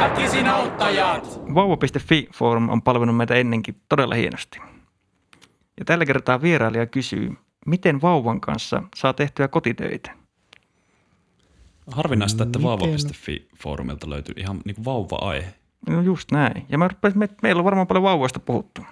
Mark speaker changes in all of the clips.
Speaker 1: Väkisin auttajat!
Speaker 2: Vauva.fi-foorum on palvellut meitä ennenkin todella hienosti. Ja tällä kertaa vierailija kysyy, miten vauvan kanssa saa tehtyä kotitöitä?
Speaker 3: Harvinaista, että
Speaker 4: Miten?
Speaker 3: vauva.fi-foorumilta löytyy ihan niin vauva-aihe.
Speaker 2: No just näin. Ja mä rupesin, me, meillä on varmaan paljon vauvoista puhuttu.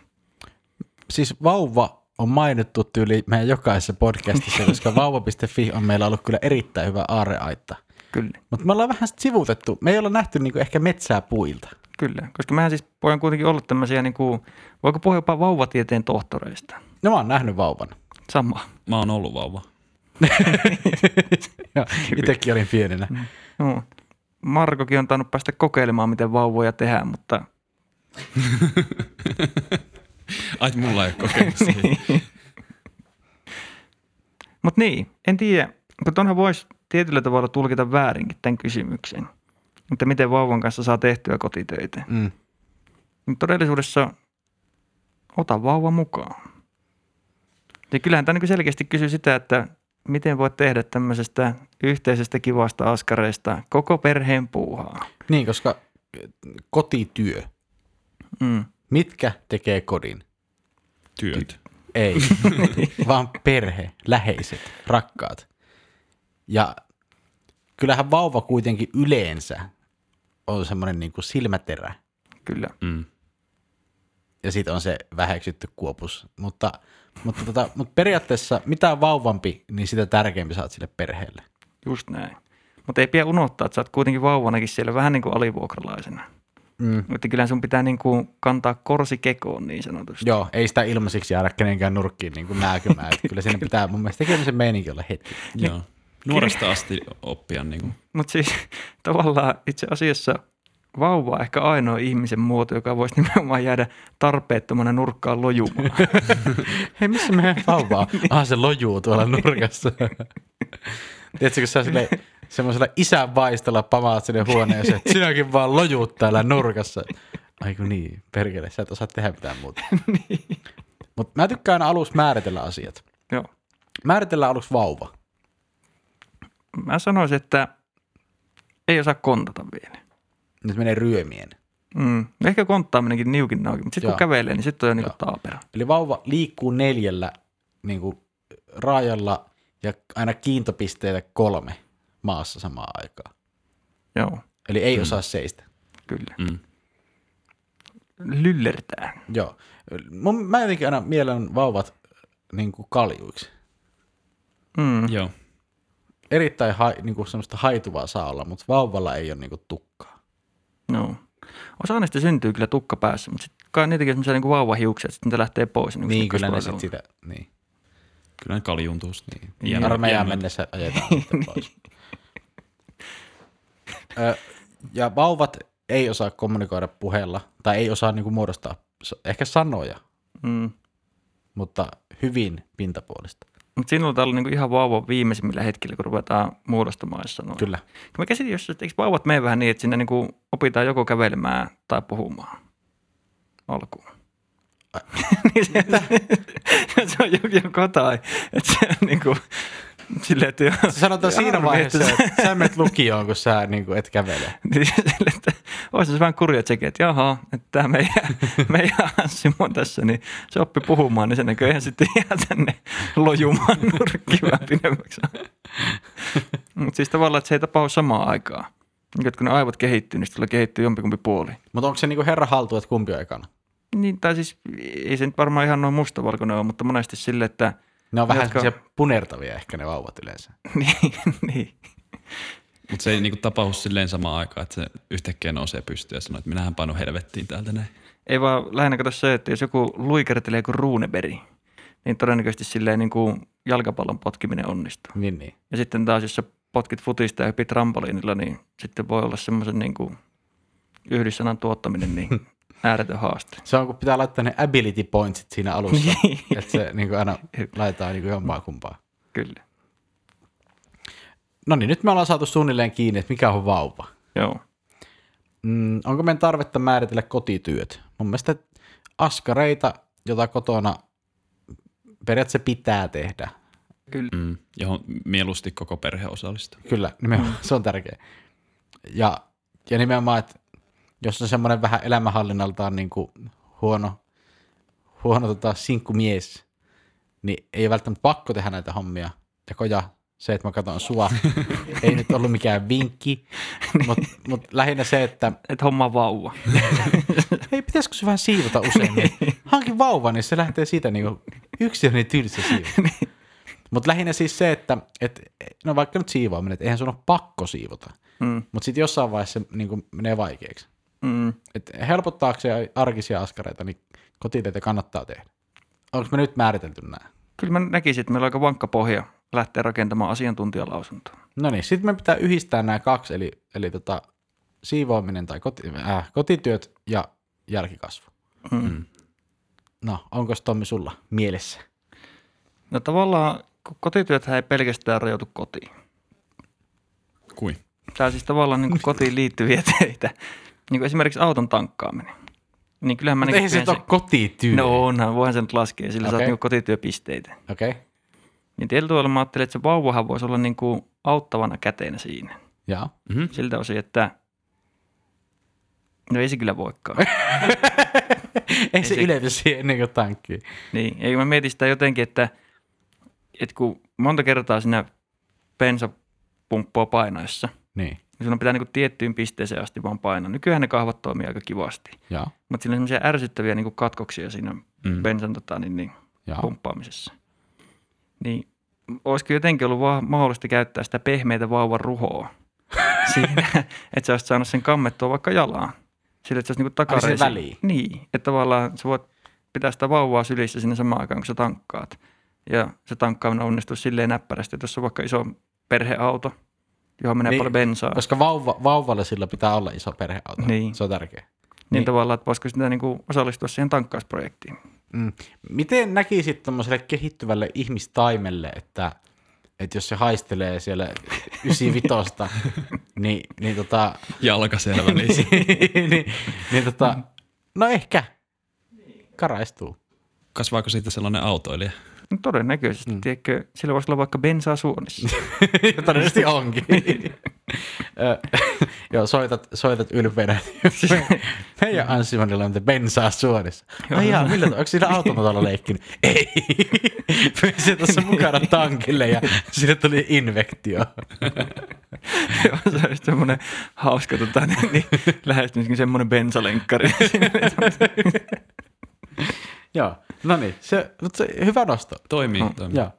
Speaker 4: Siis vauva on mainittu tyyli meidän jokaisessa podcastissa, koska vauva.fi on meillä ollut kyllä erittäin hyvä aarreaitta.
Speaker 2: Kyllä,
Speaker 4: Mutta me ollaan vähän sit sivuutettu. Me ei olla nähty niinku ehkä metsää puilta.
Speaker 2: kyllä. Koska mähän siis voin kuitenkin olla tämmöisiä, niin kuin, voiko puhua jopa vauvatieteen tohtoreista?
Speaker 4: No mä oon nähnyt vauvan.
Speaker 2: Sama.
Speaker 3: Mä oon ollut vauva.
Speaker 4: Joo, Itekin olin pienenä.
Speaker 2: Joo. Markokin on tainnut päästä kokeilemaan, miten vauvoja tehdään, mutta
Speaker 3: Ai, mulla ei ole kokemusta. siitä.
Speaker 2: Niin. Mut niin, en tiedä, mutta onhan voisi tietyllä tavalla tulkita väärinkin tämän kysymyksen, että miten vauvan kanssa saa tehtyä kotitöitä.
Speaker 4: Mm.
Speaker 2: Mut todellisuudessa ota vauva mukaan. Ja kyllähän tämä niin selkeästi kysyy sitä, että miten voit tehdä tämmöisestä yhteisestä kivasta askareista koko perheen puuhaa.
Speaker 4: Niin, koska kotityö.
Speaker 2: Mm.
Speaker 4: Mitkä tekee kodin?
Speaker 3: Työt.
Speaker 4: Ei, vaan perhe, läheiset, rakkaat. Ja kyllähän vauva kuitenkin yleensä on semmoinen niin kuin silmäterä.
Speaker 2: Kyllä.
Speaker 3: Mm.
Speaker 4: ja siitä on se väheksytty kuopus. Mutta, mutta, tota, mutta periaatteessa mitä vauvampi, niin sitä tärkeämpi saat sille perheelle.
Speaker 2: Just näin. Mutta ei pidä unohtaa, että sä oot kuitenkin vauvanakin siellä vähän niin kuin alivuokralaisena.
Speaker 4: Mm.
Speaker 2: Mutta kyllä sun pitää niin kuin kantaa korsi kekoon niin sanotusti.
Speaker 4: Joo, ei sitä ilmaisiksi jäädä kenenkään nurkkiin niin kuin nääkymään. Että kyllä siinä pitää mun mielestä tekemisen meininki olla hetki.
Speaker 3: Joo. Nuoresta asti oppia niin kuin,
Speaker 2: Mutta siis tavallaan itse asiassa vauva on ehkä ainoa ihmisen muoto, joka voisi nimenomaan jäädä tarpeettomana nurkkaan lojumaan.
Speaker 4: Hei, missä meidän vauva on? Ah, se lojuu tuolla nurkassa. Tiedätkö, kun sä sille, semmoisella isän vaistolla pamaat sinne huoneeseen, että sinäkin vaan lojuut täällä nurkassa. Ai kun niin, perkele, sä et osaa tehdä mitään muuta. Niin. Mutta mä tykkään aina alussa määritellä asiat.
Speaker 2: Joo.
Speaker 4: Määritellään aluksi vauva.
Speaker 2: Mä sanoisin, että ei osaa kontata vielä.
Speaker 4: Nyt menee ryömien.
Speaker 2: Mm. Ehkä konttaaminenkin niukin nauki, mutta sitten kun
Speaker 4: Joo.
Speaker 2: kävelee, niin sitten on jo niinku
Speaker 4: Joo.
Speaker 2: taapera.
Speaker 4: Eli vauva liikkuu neljällä niin kuin, raajalla ja aina kiintopisteitä kolme maassa samaan aikaan.
Speaker 2: Joo,
Speaker 4: Eli ei osaa seistä.
Speaker 2: kyllä.
Speaker 3: mm.
Speaker 2: Lyllertää.
Speaker 4: Joo. Mun, mä jotenkin aina mielen vauvat niin kuin kaljuiksi.
Speaker 2: Mm.
Speaker 3: Joo.
Speaker 4: Erittäin ha, niin kuin semmoista haituvaa saa olla, mutta vauvalla ei ole niin kuin tukkaa.
Speaker 2: No. Osa niistä syntyy kyllä tukka päässä, mutta sitten kai niitäkin on semmoisia niinku vauvahiuksia, että sitten ne lähtee pois. niinku
Speaker 4: Niin, kyllä ne
Speaker 2: pikkaspuolella.
Speaker 4: sitten sitä, niin.
Speaker 3: Kyllä ne kaljuntuu sitten.
Speaker 4: Niin, armeijaan mennessä ajetaan sitten pois. Ö, ja vauvat ei osaa kommunikoida puheella, tai ei osaa niin kuin muodostaa s- ehkä sanoja,
Speaker 2: Mm.
Speaker 4: mutta hyvin pintapuolista.
Speaker 2: Mutta sinulla täällä on niinku ihan vauvan viimeisimmillä hetkillä, kun ruvetaan muodostamaan jos sanoja.
Speaker 4: Kyllä.
Speaker 2: Mä käsitin, jos, että eikö vauvat mene vähän niin, että sinne niinku opitaan joko kävelemään tai puhumaan alkuun. niin se, se on joko, joko tai. Että se on niinku, silleen, että joo,
Speaker 4: Sanotaan siinä
Speaker 2: Harmi,
Speaker 4: vaiheessa,
Speaker 2: että-
Speaker 4: että sä menet lukioon, kun sä niin kuin et kävele.
Speaker 2: niin silleen, että olisi se vähän kurja tsekin, että jaha, että tämä meidän, meidän Anssi on tässä, niin se oppi puhumaan, niin se näköjään sitten jää tänne lojumaan nurkkiin vähän pidemmäksi. Mutta siis tavallaan, että se ei tapahdu samaan aikaan. Nyt kun ne aivot kehittyy, niin sitten kehittyy jompikumpi puoli.
Speaker 4: Mutta onko se niin kuin herra haltu, että kumpi on ekana?
Speaker 2: Niin, tai siis ei se nyt varmaan ihan noin mustavalkoinen ole, mutta monesti sille, että
Speaker 4: Ne on vähän
Speaker 2: Jotka-
Speaker 4: Jotka... punertavia ehkä ne vauvat yleensä.
Speaker 2: niin, niin.
Speaker 3: Mutta se ei niinku tapahdu silleen samaan aikaan, että se yhtäkkiä nousee pystyyn ja sanoo, että minähän painu helvettiin täältä näin.
Speaker 2: Ei vaan lähinnä kato se, että jos joku luikertelee kuin ruuneberi, niin todennäköisesti silleen niin kuin jalkapallon potkiminen onnistuu.
Speaker 4: Niin, niin.
Speaker 2: Ja sitten taas, jos sä potkit futista ja hypit trampoliinilla, niin sitten voi olla semmoisen niin kuin yhdyssanan tuottaminen niin ääretön haaste.
Speaker 4: Se on, kun pitää laittaa ne ability pointsit siinä alussa, että se niin kuin aina laitetaan niin kuin jompaa kumpaa.
Speaker 2: Kyllä.
Speaker 4: No niin, nyt me ollaan saatu suunnilleen kiinni, että mikä on vauva.
Speaker 2: Joo.
Speaker 4: Mm, onko meidän tarvetta määritellä kotityöt? Mun mielestä askareita, jota kotona periaatteessa pitää tehdä.
Speaker 2: Kyllä.
Speaker 3: Mm. Johon mieluusti koko perhe osallistuu.
Speaker 4: Kyllä, nimenomaan, se on tärkeä. Ja, ja nimenomaan, että jos on semmoinen vähän elämänhallinnaltaan niin kuin huono, huono tota, sinkkumies, niin ei ole välttämättä pakko tehdä näitä hommia. Ja koja, se, että mä katson sua, ei nyt ollut mikään vinkki, mutta mut lähinnä se, että
Speaker 2: Et homma vauva.
Speaker 4: hei, pitäisikö se vähän siivota useammin? Hankin vauva, niin se lähtee siitä niin kuin, yksi on niin tylsä siivota. Mutta lähinnä siis se, että et, no vaikka nyt siivoaminen, että eihän sun ole pakko siivota.
Speaker 2: Mm,
Speaker 4: Mutta sitten jossain vaiheessa se niin kuin, menee vaikeaksi.
Speaker 2: mm.
Speaker 4: Et helpottaakseen arkisia askareita, niin kotitöitä kannattaa tehdä. Onko me nyt määritelty nämä?
Speaker 2: Kyllä mä näkisin, että meillä on aika vankka pohja lähteä rakentamaan asiantuntijalausuntoa.
Speaker 4: No niin, sitten me pitää yhdistää nämä kaksi, eli, eli tota, siivoaminen tai koti, äh, kotityöt ja jälkikasvu.
Speaker 2: Mm.
Speaker 3: Mm.
Speaker 4: No, onko Tommi sulla mielessä?
Speaker 2: No tavallaan kun kotityöthän ei pelkästään rajoitu kotiin.
Speaker 3: Kui?
Speaker 2: Tämä siis tavallaan niin kuin kotiin liittyviä töitä. Niin kuin esimerkiksi auton tankkaaminen. Niin kyllähän mä
Speaker 4: Mutta
Speaker 2: niin
Speaker 4: eihän se nyt ole kotityö.
Speaker 2: No onhan, voihan sen nyt laskea, sillä okay. saat
Speaker 4: Okei.
Speaker 2: niin kotityöpisteitä.
Speaker 4: Okei, okay.
Speaker 2: Niin tietyllä tavalla mä ajattelin, että se vauvahan voisi olla niin kuin auttavana käteenä siinä.
Speaker 4: jaa.
Speaker 3: Mm-hmm.
Speaker 2: Siltä osin, että no ei se kyllä voikaan.
Speaker 4: Ei se
Speaker 2: se-
Speaker 4: ylety siihen ennen kuin tankkiin.
Speaker 2: niin, ei mä mietin sitä jotenkin, että, että kun monta kertaa sinä bensapumppua painoissa,
Speaker 4: Niin,
Speaker 2: niin sinun pitää niin kuin tiettyyn pisteeseen asti vaan painaa. Nykyään ne kahvat toimii aika kivasti,
Speaker 4: jaa,
Speaker 2: mutta siinä on semmoisia ärsyttäviä niin kuin katkoksia siinä
Speaker 3: Mm.
Speaker 2: bensan tota, niin, niin,
Speaker 4: jaa.
Speaker 2: pumppaamisessa. Niin olisiko jotenkin ollut vaan mahdollista käyttää sitä pehmeitä vauvan ruhoa siinä, että sä olisit saanut sen kammettua vaikka jalaan. Sillä, että se olisi niinku
Speaker 4: Ai, sen
Speaker 2: takareisi.
Speaker 4: väliin?
Speaker 2: Niin, että tavallaan sä voit pitää sitä vauvaa sylissä sinne samaan aikaan, kun sä tankkaat. Ja se tankkaaminen onnistuu silleen näppärästi, että jos on vaikka iso perheauto, johon menee
Speaker 4: Niin,
Speaker 2: niin, paljon bensaa,
Speaker 4: Koska vauva, vauvalla sillä pitää olla iso perheauto.
Speaker 2: Niin.
Speaker 4: Se on tärkeä.
Speaker 2: niin,
Speaker 4: niin.
Speaker 2: niin, tavallaan, että voisiko sitä niinku osallistua siihen tankkausprojektiin.
Speaker 4: Mm. Miten näkisit tuommoiselle kehittyvälle ihmistaimelle, että, että jos se haistelee siellä 95, niin, niin, tota,
Speaker 3: Jalka siellä välissä.
Speaker 4: niin, niin tota, no ehkä karaistuu.
Speaker 3: Kasvaako siitä sellainen autoilija?
Speaker 2: No todennäköisesti, mm. tiedätkö, sillä voisi olla vaikka bensaa suonissa.
Speaker 4: Ja todennäköisesti onkin. Ö, Joo, soitat, soitat ylpeänä. Meidän ansimonilla on bensaa suorissa. Ai jaa, millä to- onko siinä automatolla leikkinyt? Ei. Pesi tuossa mukana tankille ja sille tuli infektio.
Speaker 2: Joo, se olisi semmoinen hauska tota, niin, niin, lähestymiskin semmoinen bensalenkkari.
Speaker 4: Joo, no niin, se, mutta se, hyvä nosto.
Speaker 3: Toimii, toimii.
Speaker 4: Joo.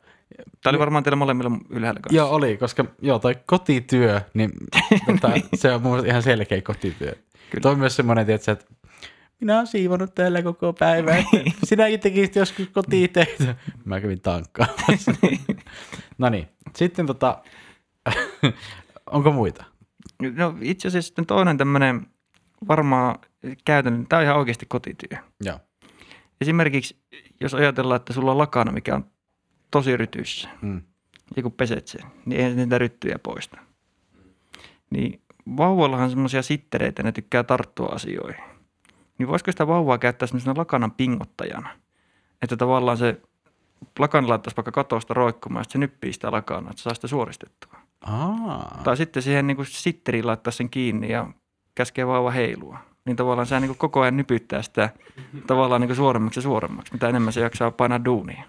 Speaker 2: Tämä oli varmaan teillä molemmilla ylhäällä kanssa.
Speaker 4: joo, oli, koska joo, toi kotityö, niin tota, se on mun mielestä ihan selkeä kotityö. Kyllä.
Speaker 2: Kyllä.
Speaker 4: Toi on myös semmoinen, tiedätkö, että minä olen siivonut täällä koko päivän. että Sinäkin tekisit joskus kotitöitä. Mä kävin tankkaamassa. no niin, sitten tota, onko muita?
Speaker 2: No, itse asiassa sitten toinen tämmöinen varmaan käytännön, tämä on ihan oikeasti kotityö.
Speaker 4: Joo.
Speaker 2: Esimerkiksi jos ajatellaan, että sulla on lakana, mikä on tosi rytyssä,
Speaker 4: Mm.
Speaker 2: ja kun peset sen, niin eihän niitä ryttyjä poista. Niin vauvallahan on semmoisia sittereitä, ne tykkää tarttua asioihin. Niin voisiko sitä vauvaa käyttää semmoisena lakanan pingottajana? Että tavallaan se lakan laittaisi vaikka katosta roikkumaan, että se nyppii sitä lakanaa, että se saa sitä suoristettua.
Speaker 4: Aa.
Speaker 2: Tai sitten siihen niin sitteriin laittaa sen kiinni ja käskee vauva heilua. Niin tavallaan se niin koko ajan nypyttää sitä tavallaan niin suoremmaksi ja suoremmaksi, mitä enemmän se jaksaa painaa duunia.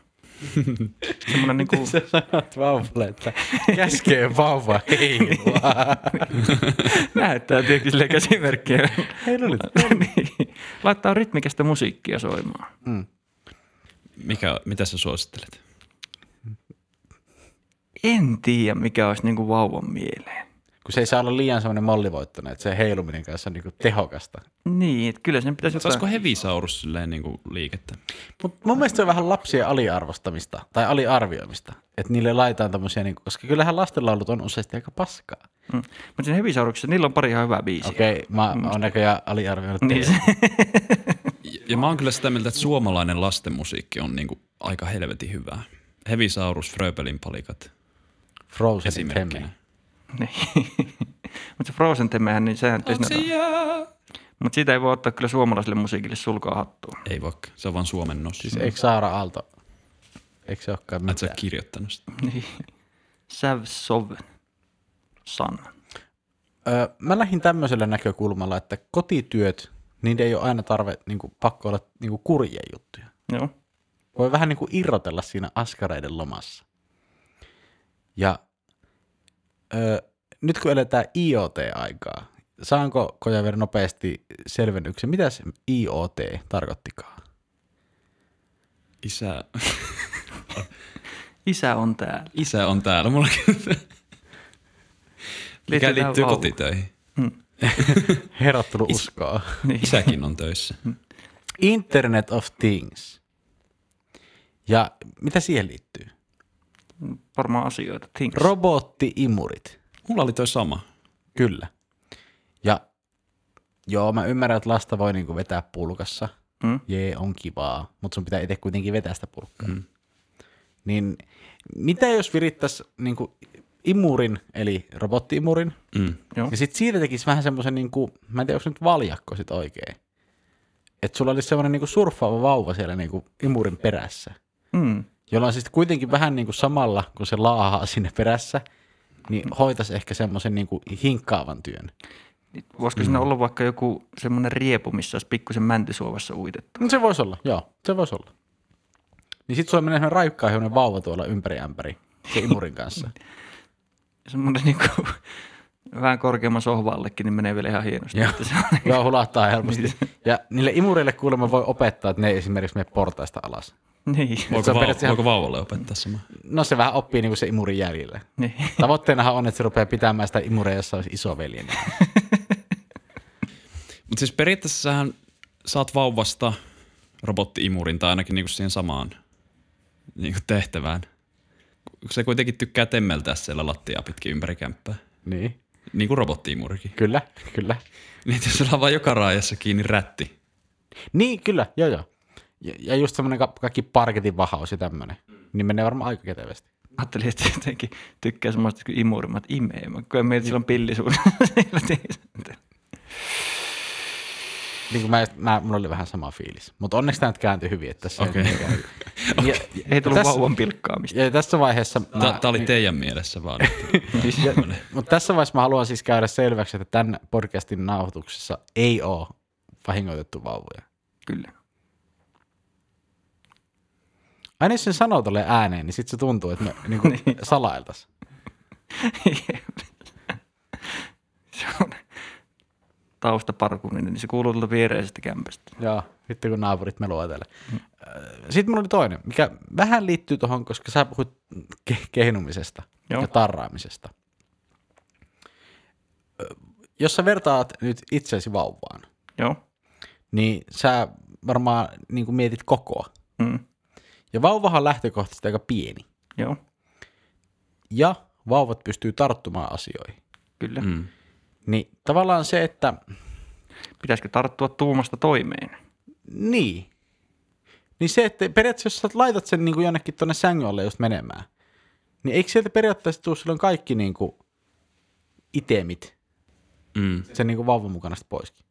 Speaker 2: Semmoinen niin kuin,
Speaker 4: Sä sanot vauvalle, että käskee vauva heilua.
Speaker 2: näyttää tietenkin sille käsimerkkiä.
Speaker 4: Hei, lulit.
Speaker 2: Niin. Laittaa rytmikästä musiikkia soimaan.
Speaker 4: Mm.
Speaker 3: Mikä, mitä sä suosittelet?
Speaker 2: En tiedä, mikä olisi niin kuin vauvan mieleen.
Speaker 4: Kun se ei saa olla liian semmoinen mollivoittunut, että se heiluminen kanssa on niinku tehokasta.
Speaker 2: Niin, että kyllä sen pitäisi
Speaker 3: Saisiko hevisaurus silleen niin kuin liikettä?
Speaker 4: Mut mun mielestä se on vähän lapsien aliarvostamista tai aliarvioimista, että niille laitetaan tämmöisiä, niinku, koska kyllähän lastenlaulut on useasti aika paskaa.
Speaker 2: Mm. Mutta siinä hevisauruksessa niillä on pari ihan hyvää biisiä. Okay.
Speaker 4: Okei, okay, mä oon näköjään aliarvioinut niin.
Speaker 2: Niin se,
Speaker 3: Ja, ja mä oon kyllä sitä mieltä, että suomalainen lastenmusiikki on niin kuin aika helvetin hyvää. Hevisaurus, Fröbelin palikat
Speaker 4: Frozen
Speaker 3: esimerkkinä.
Speaker 4: Temme.
Speaker 2: niin. Mutta se Frozen temehän, niin sehän se Mutta siitä ei voi ottaa kyllä suomalaiselle musiikille sulkaa hattua.
Speaker 3: Ei vaikka, se on vaan suomen nos.
Speaker 2: Mm.
Speaker 3: Siis
Speaker 4: Se, Eikö Saara Aalto? Eikö se olekaan
Speaker 3: Et
Speaker 4: mitään?
Speaker 3: sä ole
Speaker 2: Niin.
Speaker 3: kirjoittanut sitä.
Speaker 2: Säv Sov San.
Speaker 4: Öö, mä lähdin tämmöisellä näkökulmalla, että kotityöt, niin ei ole aina tarve, niin kuin, pakko olla niin kuin kurjia juttuja.
Speaker 2: Joo.
Speaker 4: Voi vähän niin kuin irrotella siinä askareiden lomassa. Ja öö, nyt kun eletään IoT-aikaa, saanko Kojaveri nopeasti selvennyksen, mitä se IoT tarkoittikaan?
Speaker 3: Isä,
Speaker 2: Isä on täällä.
Speaker 3: isä on täällä mullakin. Mikä
Speaker 2: Liittyy tähän
Speaker 3: liittyy
Speaker 2: vauva.
Speaker 3: kotitöihin.
Speaker 4: Herottelu uskoa.
Speaker 2: Niin.
Speaker 3: Isäkin on töissä.
Speaker 4: Internet of Things. Ja mitä siihen liittyy?
Speaker 2: Varmaan asioita. Things.
Speaker 4: Robotti-imurit.
Speaker 3: Mulla oli toi sama.
Speaker 4: Kyllä. Ja joo, mä ymmärrän, että lasta voi niinku vetää pulkassa.
Speaker 2: Mm.
Speaker 4: Jee, on kivaa, mutta sun pitää itse kuitenkin vetää sitä pulkkaa. Mm. Niin mitä jos virittäisi niinku imurin, eli robottiimurin,
Speaker 3: Mm.
Speaker 2: Joo.
Speaker 4: ja sitten siitä tekisi vähän semmoisen, niinku, mä en tiedä, onko se nyt valjakko sit oikein. Että sulla olisi semmoinen niinku surffaava vauva siellä niinku imurin perässä
Speaker 2: Mm.
Speaker 4: jolla on siis kuitenkin vähän niin kuin samalla, kun se laahaa sinne perässä, niin hoitaisi ehkä semmoisen niin kuin hinkkaavan työn.
Speaker 2: Nyt Voisiko
Speaker 4: Mm.
Speaker 2: siinä olla vaikka joku semmoinen riepu, missä olisi pikkusen mäntysuovassa uitettu?
Speaker 4: No se voisi olla, joo, se voisi olla. Niin sit sulla menee semmoinen raikkaahjoinen vauva tuolla ympäri ämpäri se imurin kanssa.
Speaker 2: Semmoinen niin kuin, vähän korkeamman sohvallekin, niin menee vielä ihan hienosti.
Speaker 4: Joo.
Speaker 2: Että se on,
Speaker 4: joo, hulahtaa helposti. Ja niille imureille kuulemma voi opettaa, että ne ei esimerkiksi mene portaista alas.
Speaker 2: niin.
Speaker 4: Se
Speaker 3: Voiko,
Speaker 4: on
Speaker 3: vau-
Speaker 4: periaatteessa ihan-
Speaker 3: voiko vauvalle opettaa sama?
Speaker 4: No se vähän oppii niin kuin se imurin jäljellä.
Speaker 2: niin.
Speaker 4: Tavoitteenahan on, että se rupeaa pitämään sitä imuria, jossa olisi isoveljeni.
Speaker 3: Mutta siis periaatteessa sähän saat vauvasta robottiimurin tai ainakin niinku siihen samaan niinku tehtävään. Kun Se kuitenkin tykkää temmeltää siellä lattiaa pitkin ympäri kämppää.
Speaker 4: Niin,
Speaker 3: Niin kuin robottiimurikin.
Speaker 4: kyllä, kyllä.
Speaker 3: Niin jos sulla on vaan joka raajassa kiinni rätti.
Speaker 4: Niin, kyllä, joo joo. Ja, ja just semmoinen ka- kaikki parketin vahaus ja tämmöinen. Niin menee varmaan aika kätevästi.
Speaker 2: Ajattelin, että jotenkin tykkää semmoista kuin imurimat imee. Mä kyllä mietin, että sillä on pillisuus. Sillä tiedät.
Speaker 4: Niin kuin mä, mä, mulla oli vähän sama fiilis. Mutta onneksi tämä nyt kääntyi hyvin, että tässä
Speaker 3: Okei.
Speaker 4: ei okay. ja,
Speaker 2: Ei tullut
Speaker 4: Tässä-
Speaker 2: Tässä... vauvan pilkkaamista.
Speaker 4: ja, tässä vaiheessa... Mä,
Speaker 3: Tämä oli teidän mielessä vaan.
Speaker 2: Ja...
Speaker 4: mutta tässä vaiheessa mä haluan siis käydä selväksi, että tämän podcastin nauhoituksessa ei ole vahingoitettu vauvoja.
Speaker 2: Kyllä.
Speaker 4: Aina jos sen niin, sanoo tolle ääneen, niin sitten se tuntuu, että me niin kuin salailtas.
Speaker 2: se on taustaparkuminen, niin se kuuluu tuolta viereisestä kämpästä.
Speaker 4: Joo, vittu kun naapurit melua täällä. Sitten mulla oli toinen, mikä vähän liittyy tuohon, koska sä puhuit ke- kehnumisesta Joo.
Speaker 2: Joo.
Speaker 4: ja tarraamisesta. Ö, Jos sä vertaat nyt itseäsi vauvaan,
Speaker 2: Joo.
Speaker 4: niin sä varmaan niin kuin mietit kokoa.
Speaker 2: Mm.
Speaker 4: Ja vauvahan on lähtökohtaisesti aika pieni.
Speaker 2: Joo,
Speaker 4: Ja vauvat pystyy tarttumaan asioihin.
Speaker 2: kyllä. Mm.
Speaker 3: Mm.
Speaker 4: Niin tavallaan se, että
Speaker 2: Pitäisikö tarttua tuumasta toimeen?
Speaker 4: Niin. Niin se, että periaatteessa jos sä laitat sen niin kuin jonnekin tuonne sängyn alle just menemään, niin eikö sieltä periaatteessa tule silloin kaikki niin kuin itemit
Speaker 3: Mm.
Speaker 4: sen niin kuin vauvan mukana sit poiskin?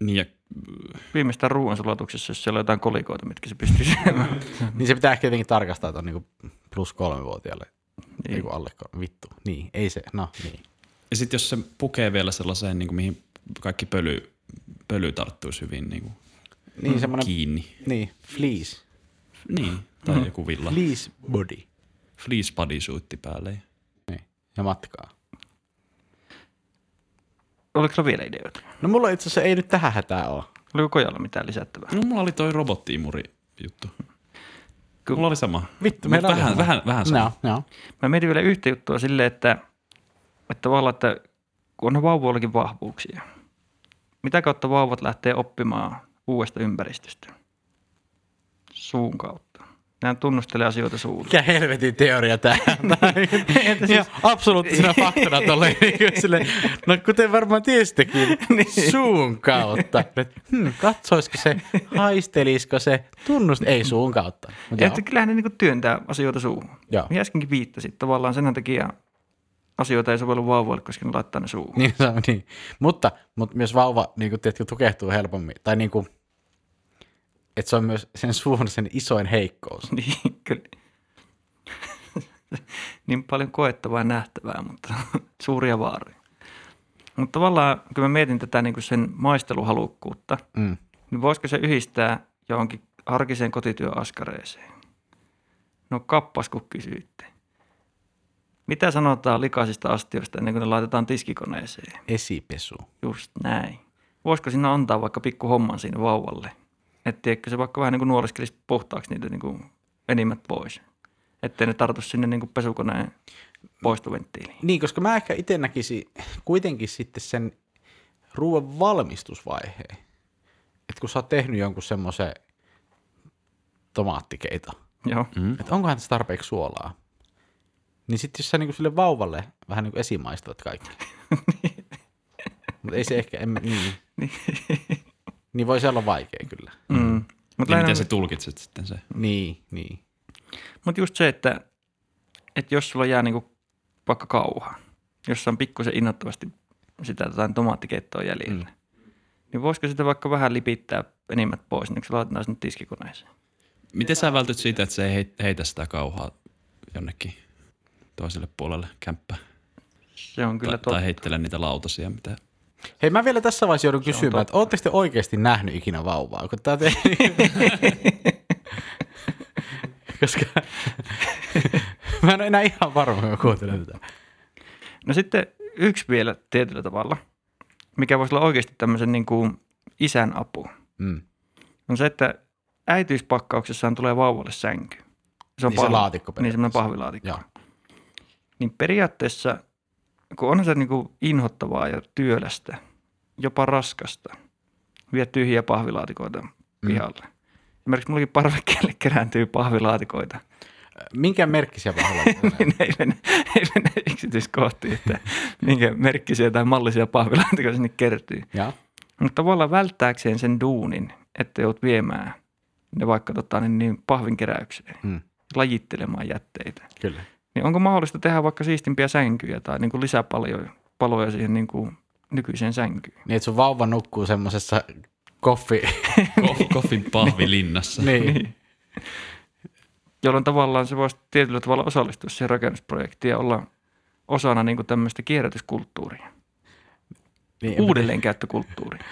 Speaker 3: Niin ja
Speaker 2: Viimeistään ruoansulatuksessa, jos siellä on jotain kolikoita, mitkä se pystyy syömään.
Speaker 4: Niin se pitää ehkä jotenkin tarkastaa tuon niin kuin plus kolmevuotiaalle. Niin.
Speaker 2: Niin.
Speaker 4: Niin kuin alle kolme. Vittu. Niin, ei se. No, niin.
Speaker 3: Ja sitten jos se pukee vielä sellaiseen, niin kuin mihin kaikki pöly, pöly tarttuisi hyvin niin kuin
Speaker 4: Niin semmoinen,
Speaker 3: kiinni.
Speaker 4: niin, fleece.
Speaker 3: Niin. Tai joku villa.
Speaker 4: Fleece body.
Speaker 3: Fleece bodysuitti päälle.
Speaker 4: Niin. Ja matkaa.
Speaker 2: Oliko sulla vielä ideoita?
Speaker 4: No mulla itse asiassa ei nyt tähän hätää ole.
Speaker 2: Oliko kojalla mitään lisättävää?
Speaker 3: No mulla oli toi robottiimuri juttu.
Speaker 2: Kyllä.
Speaker 3: Mulla oli sama.
Speaker 4: Vittu,
Speaker 3: Mut
Speaker 4: meillä oli
Speaker 3: vähän,
Speaker 4: sama.
Speaker 3: vähän, vähän sama.
Speaker 4: No, no.
Speaker 2: Mä mietin vielä yhtä juttua silleen, että, että tavallaan, että kun on vauvoillakin vahvuuksia. Mitä kautta vauvat lähtee oppimaan uudesta ympäristöstä? Suun kautta. Nämä tunnustelee asioita suulla.
Speaker 4: Mikä helvetin teoria tämä on? siis... Absoluuttisena faktana tuolle. niin sille, no kuten varmaan tiesittekin, suun kautta. Hmm, katsoisiko se, haistelisiko se, tunnust, ei suun kautta. Mut
Speaker 2: Ja
Speaker 4: joo.
Speaker 2: että kyllähän ne niin työntää asioita suuhun.
Speaker 4: Joo.
Speaker 2: Mihin äskenkin viittasit, tavallaan sen takia asioita ei sovellu vauvoille, koska ne laittaa ne suuhun.
Speaker 4: Niin, se on, niin. Mutta, mutta myös vauva niin kuin, tiedätkö, tukehtuu helpommin. Tai niin kuin, että se on myös sen suun sen isoin heikkous.
Speaker 2: Niin, kyllä. niin paljon koettavaa ja nähtävää, mutta suuria vaaroja. Mutta tavallaan, kun mä mietin tätä niin kuin sen maisteluhalukkuutta,
Speaker 4: Mm.
Speaker 2: niin voisiko se yhdistää johonkin arkiseen kotityöaskareeseen? No kappas, kun kysyitte. Mitä sanotaan likaisista astioista ennen kuin ne laitetaan tiskikoneeseen?
Speaker 4: Esipesu.
Speaker 2: Just näin. Voisiko sinä antaa vaikka pikku homman siinä vauvalle? Et tiedätkö se vaikka vähän niin kuin nuoliskelisi puhtaaksi niitä niin kuin enimmät pois? Ettei ne tartu sinne niin kuin pesukoneen poistoventtiiliin.
Speaker 4: Niin, koska mä ehkä itse näkisin kuitenkin sitten sen ruoan valmistusvaiheen. Että kun sä oot tehnyt jonkun semmoisen tomaattikeita,
Speaker 2: Joo.
Speaker 3: Mm.
Speaker 4: että onkohan tässä tarpeeksi suolaa. Niin sitten jos sä niinku sille vauvalle vähän niinku esimaistat kaikki. Mutta ei se ehkä, en, mä- niin. niin voi se olla vaikea kyllä.
Speaker 2: Mm.
Speaker 3: Niin miten sä tulkitset sitten se?
Speaker 4: Niin, niin.
Speaker 2: Mutta just se, että, että jos sulla jää niinku vaikka kauha, jossa on pikkusen innoittavasti sitä jotain tomaattikeittoa jäljellä, mm. niin voisiko sitä vaikka vähän lipittää enimmät pois, niin kun se laitetaan sinne tiskikoneeseen?
Speaker 3: Miten sä vältyt siitä, että se ei heit- heitä sitä kauhaa jonnekin toiselle puolelle kämppää?
Speaker 2: Se on kyllä
Speaker 3: Tai, tai
Speaker 2: totta.
Speaker 3: heittele niitä lautasia, mitä...
Speaker 4: Hei, mä vielä tässä vaiheessa joudun kysymään, että ootteko te oikeasti nähnyt ikinä vauvaa? Kun tää te... Koska mä en ole enää ihan varma, kun mä kuuntelen tätä.
Speaker 2: No sitten yksi vielä tietyllä tavalla, mikä voisi olla oikeasti tämmöisen niin kuin isän apu,
Speaker 4: Mm.
Speaker 2: on se, että äitiyspakkauksessaan tulee vauvalle sänky. Se
Speaker 4: Niin se
Speaker 2: pahvi-
Speaker 4: laatikko
Speaker 2: Niin semmoinen
Speaker 4: periaatteessa.
Speaker 2: pahvilaatikko.
Speaker 4: Joo.
Speaker 2: niin periaatteessa, kun on se niin kuin inhottavaa ja työlästä, jopa raskasta, vie tyhjiä pahvilaatikoita
Speaker 4: Mm.
Speaker 2: pihalle. Esimerkiksi mullakin parvekkeelle kerääntyy pahvilaatikoita.
Speaker 4: Minkä merkkisiä vauvoja?
Speaker 2: Niin ei mennä, ei mennä yksityiskohtiin, että minkä merkkisiä tai mallisia pahvilaatikoita sinne kertyy.
Speaker 4: Joo.
Speaker 2: Mutta tavallaan välttääkseen sen duunin, että joudut viemään ne vaikka tota, niin, niin pahvinkeräykseen,
Speaker 4: Mm.
Speaker 2: lajittelemaan jätteitä.
Speaker 4: Kyllä.
Speaker 2: Niin onko mahdollista tehdä vaikka siistimpiä sänkyjä tai niin kuin lisäpaloja paloja siihen niin kuin nykyiseen sänkyyn?
Speaker 4: Niin, että sun vauva nukkuu semmosessa koffi...
Speaker 3: Ko- Koffin pahvilinnassa.
Speaker 4: niin.
Speaker 2: Jolloin tavallaan se voisi tietyllä tavalla osallistua siihen rakennusprojektiin ja olla osana niin kuin tämmöistä kierrätyskulttuuria,
Speaker 4: niin en mä-
Speaker 2: uudelleenkäyttökulttuuria.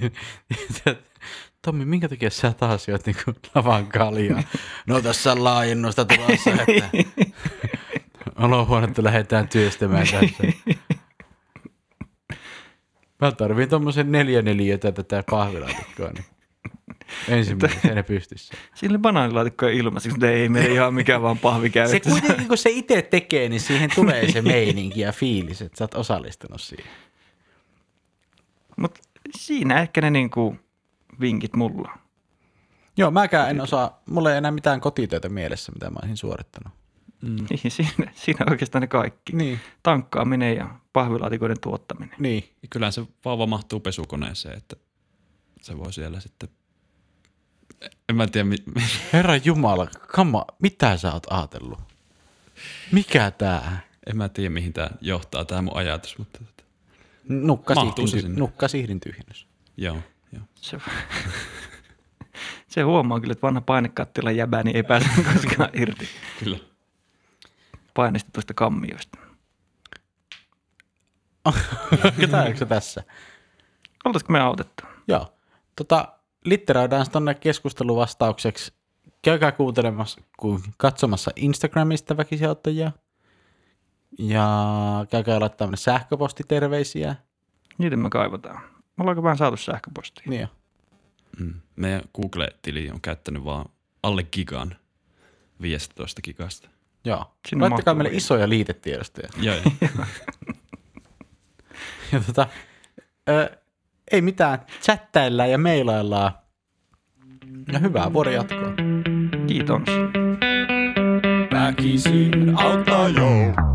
Speaker 4: Tommi, minkä takia sä taas joit niinku lavan kaljaa? No tässä on laajennusta tulossa, että olohuonetta lähdetään työstämään tässä. Mä tarviin tommosen neljä neliötä tätä pahvilaatikkoa, niin ensimmäisenä ne pystyssä.
Speaker 2: Sille banaaninlaatikko ei ilmaiseksi, mutta ei mene ihan mikään vaan pahvi
Speaker 4: Se
Speaker 2: käytössä.
Speaker 4: kuitenkin, kun se itse tekee, niin siihen tulee se meininki ja fiilis, että sä oot osallistunut siihen.
Speaker 2: Mutta siinä ehkä ne niin kuin vinkit mulla. on.
Speaker 4: Joo, mäkään en osaa, mulla ei enää mitään kotitöitä mielessä, mitä mä olisin suorittanut.
Speaker 2: Niin, siinä, siinä oikeastaan ne kaikki.
Speaker 4: Niin.
Speaker 2: Tankkaaminen ja pahvilaatikoiden tuottaminen.
Speaker 4: Niin.
Speaker 3: Kyllähän se vauva mahtuu pesukoneeseen, että se voi siellä sitten... En mä tiedä, mi-
Speaker 4: Herra Jumala, kama, mitä sä oot ajatellut? Mikä tää?
Speaker 3: en mä tiedä mihin tämä johtaa, tämä mun ajatus, mutta tota, Mahtuu se
Speaker 4: Nukkasihdin,
Speaker 3: sinne.
Speaker 4: ty- nukkasihdin tyhjennys.
Speaker 3: joo, joo.
Speaker 2: Se, se huomaa kyllä, että vanha painekattila jäbä, niin ei pääse koskaan irti
Speaker 3: Kyllä.
Speaker 2: painestetuista kammioista.
Speaker 4: Ketääkö se tässä?
Speaker 2: Oltaisiko me autettu?
Speaker 4: Joo. Tota, litteroidaan se tonne keskustelun vastaukseksi. Käykää kuuntelemassa, kun katsomassa Instagramista väkisijoittajia. Ja käykää laittamaan sähköpostiterveisiä.
Speaker 2: Niitä me kaivataan. Me ollaanko vähän saatu sähköpostia?
Speaker 4: Niin jo.
Speaker 3: Mm. Meidän Google-tili on käyttänyt vaan alle gigan 15 gigasta.
Speaker 4: Joo.
Speaker 2: Sinne
Speaker 4: Laittakaa
Speaker 2: mahtuu
Speaker 4: meille
Speaker 2: vielä.
Speaker 4: isoja liitetiedostoja.
Speaker 3: Joo, joo.
Speaker 4: Ja tota, ö, ei mitään, chattaillaan ja meilaillaan. Ja hyvää vuoden jatkoa.
Speaker 2: Kiitos.
Speaker 1: Back easy and out now, yo.